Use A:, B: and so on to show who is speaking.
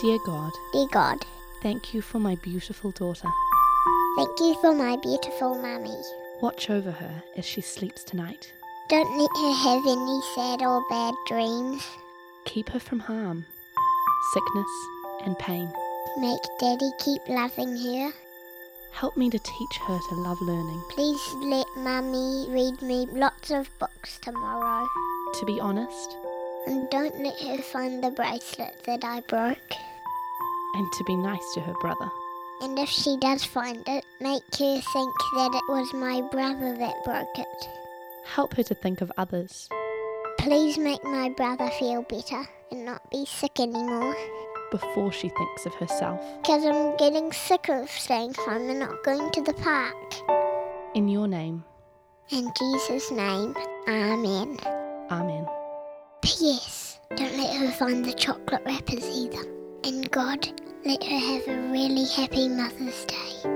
A: Dear God,
B: Dear God,
A: thank you for my beautiful daughter.
B: thank you for my beautiful mummy.
A: Watch over her as she sleeps tonight.
B: Don't let her have any sad or bad dreams.
A: Keep her from harm, sickness, and pain.
B: Make Daddy keep loving her.
A: Help me to teach her to love learning.
B: Please let Mummy read me lots of books tomorrow.
A: To be honest,
B: And don't let her find the bracelet that I broke.
A: and to be nice to her brother.
B: And if she does find it, make her think that it was my brother that broke it.
A: Help her to think of others.
B: Please make my brother feel better and not be sick anymore.
A: before she thinks of herself.
B: Because I'm getting sick of staying home and not going to the park.
A: In your name,
B: In Jesus' name, Amen.
A: Amen.
B: P.S. Don't let her find the chocolate wrappers either. And God, let her have a really happy Mother's Day.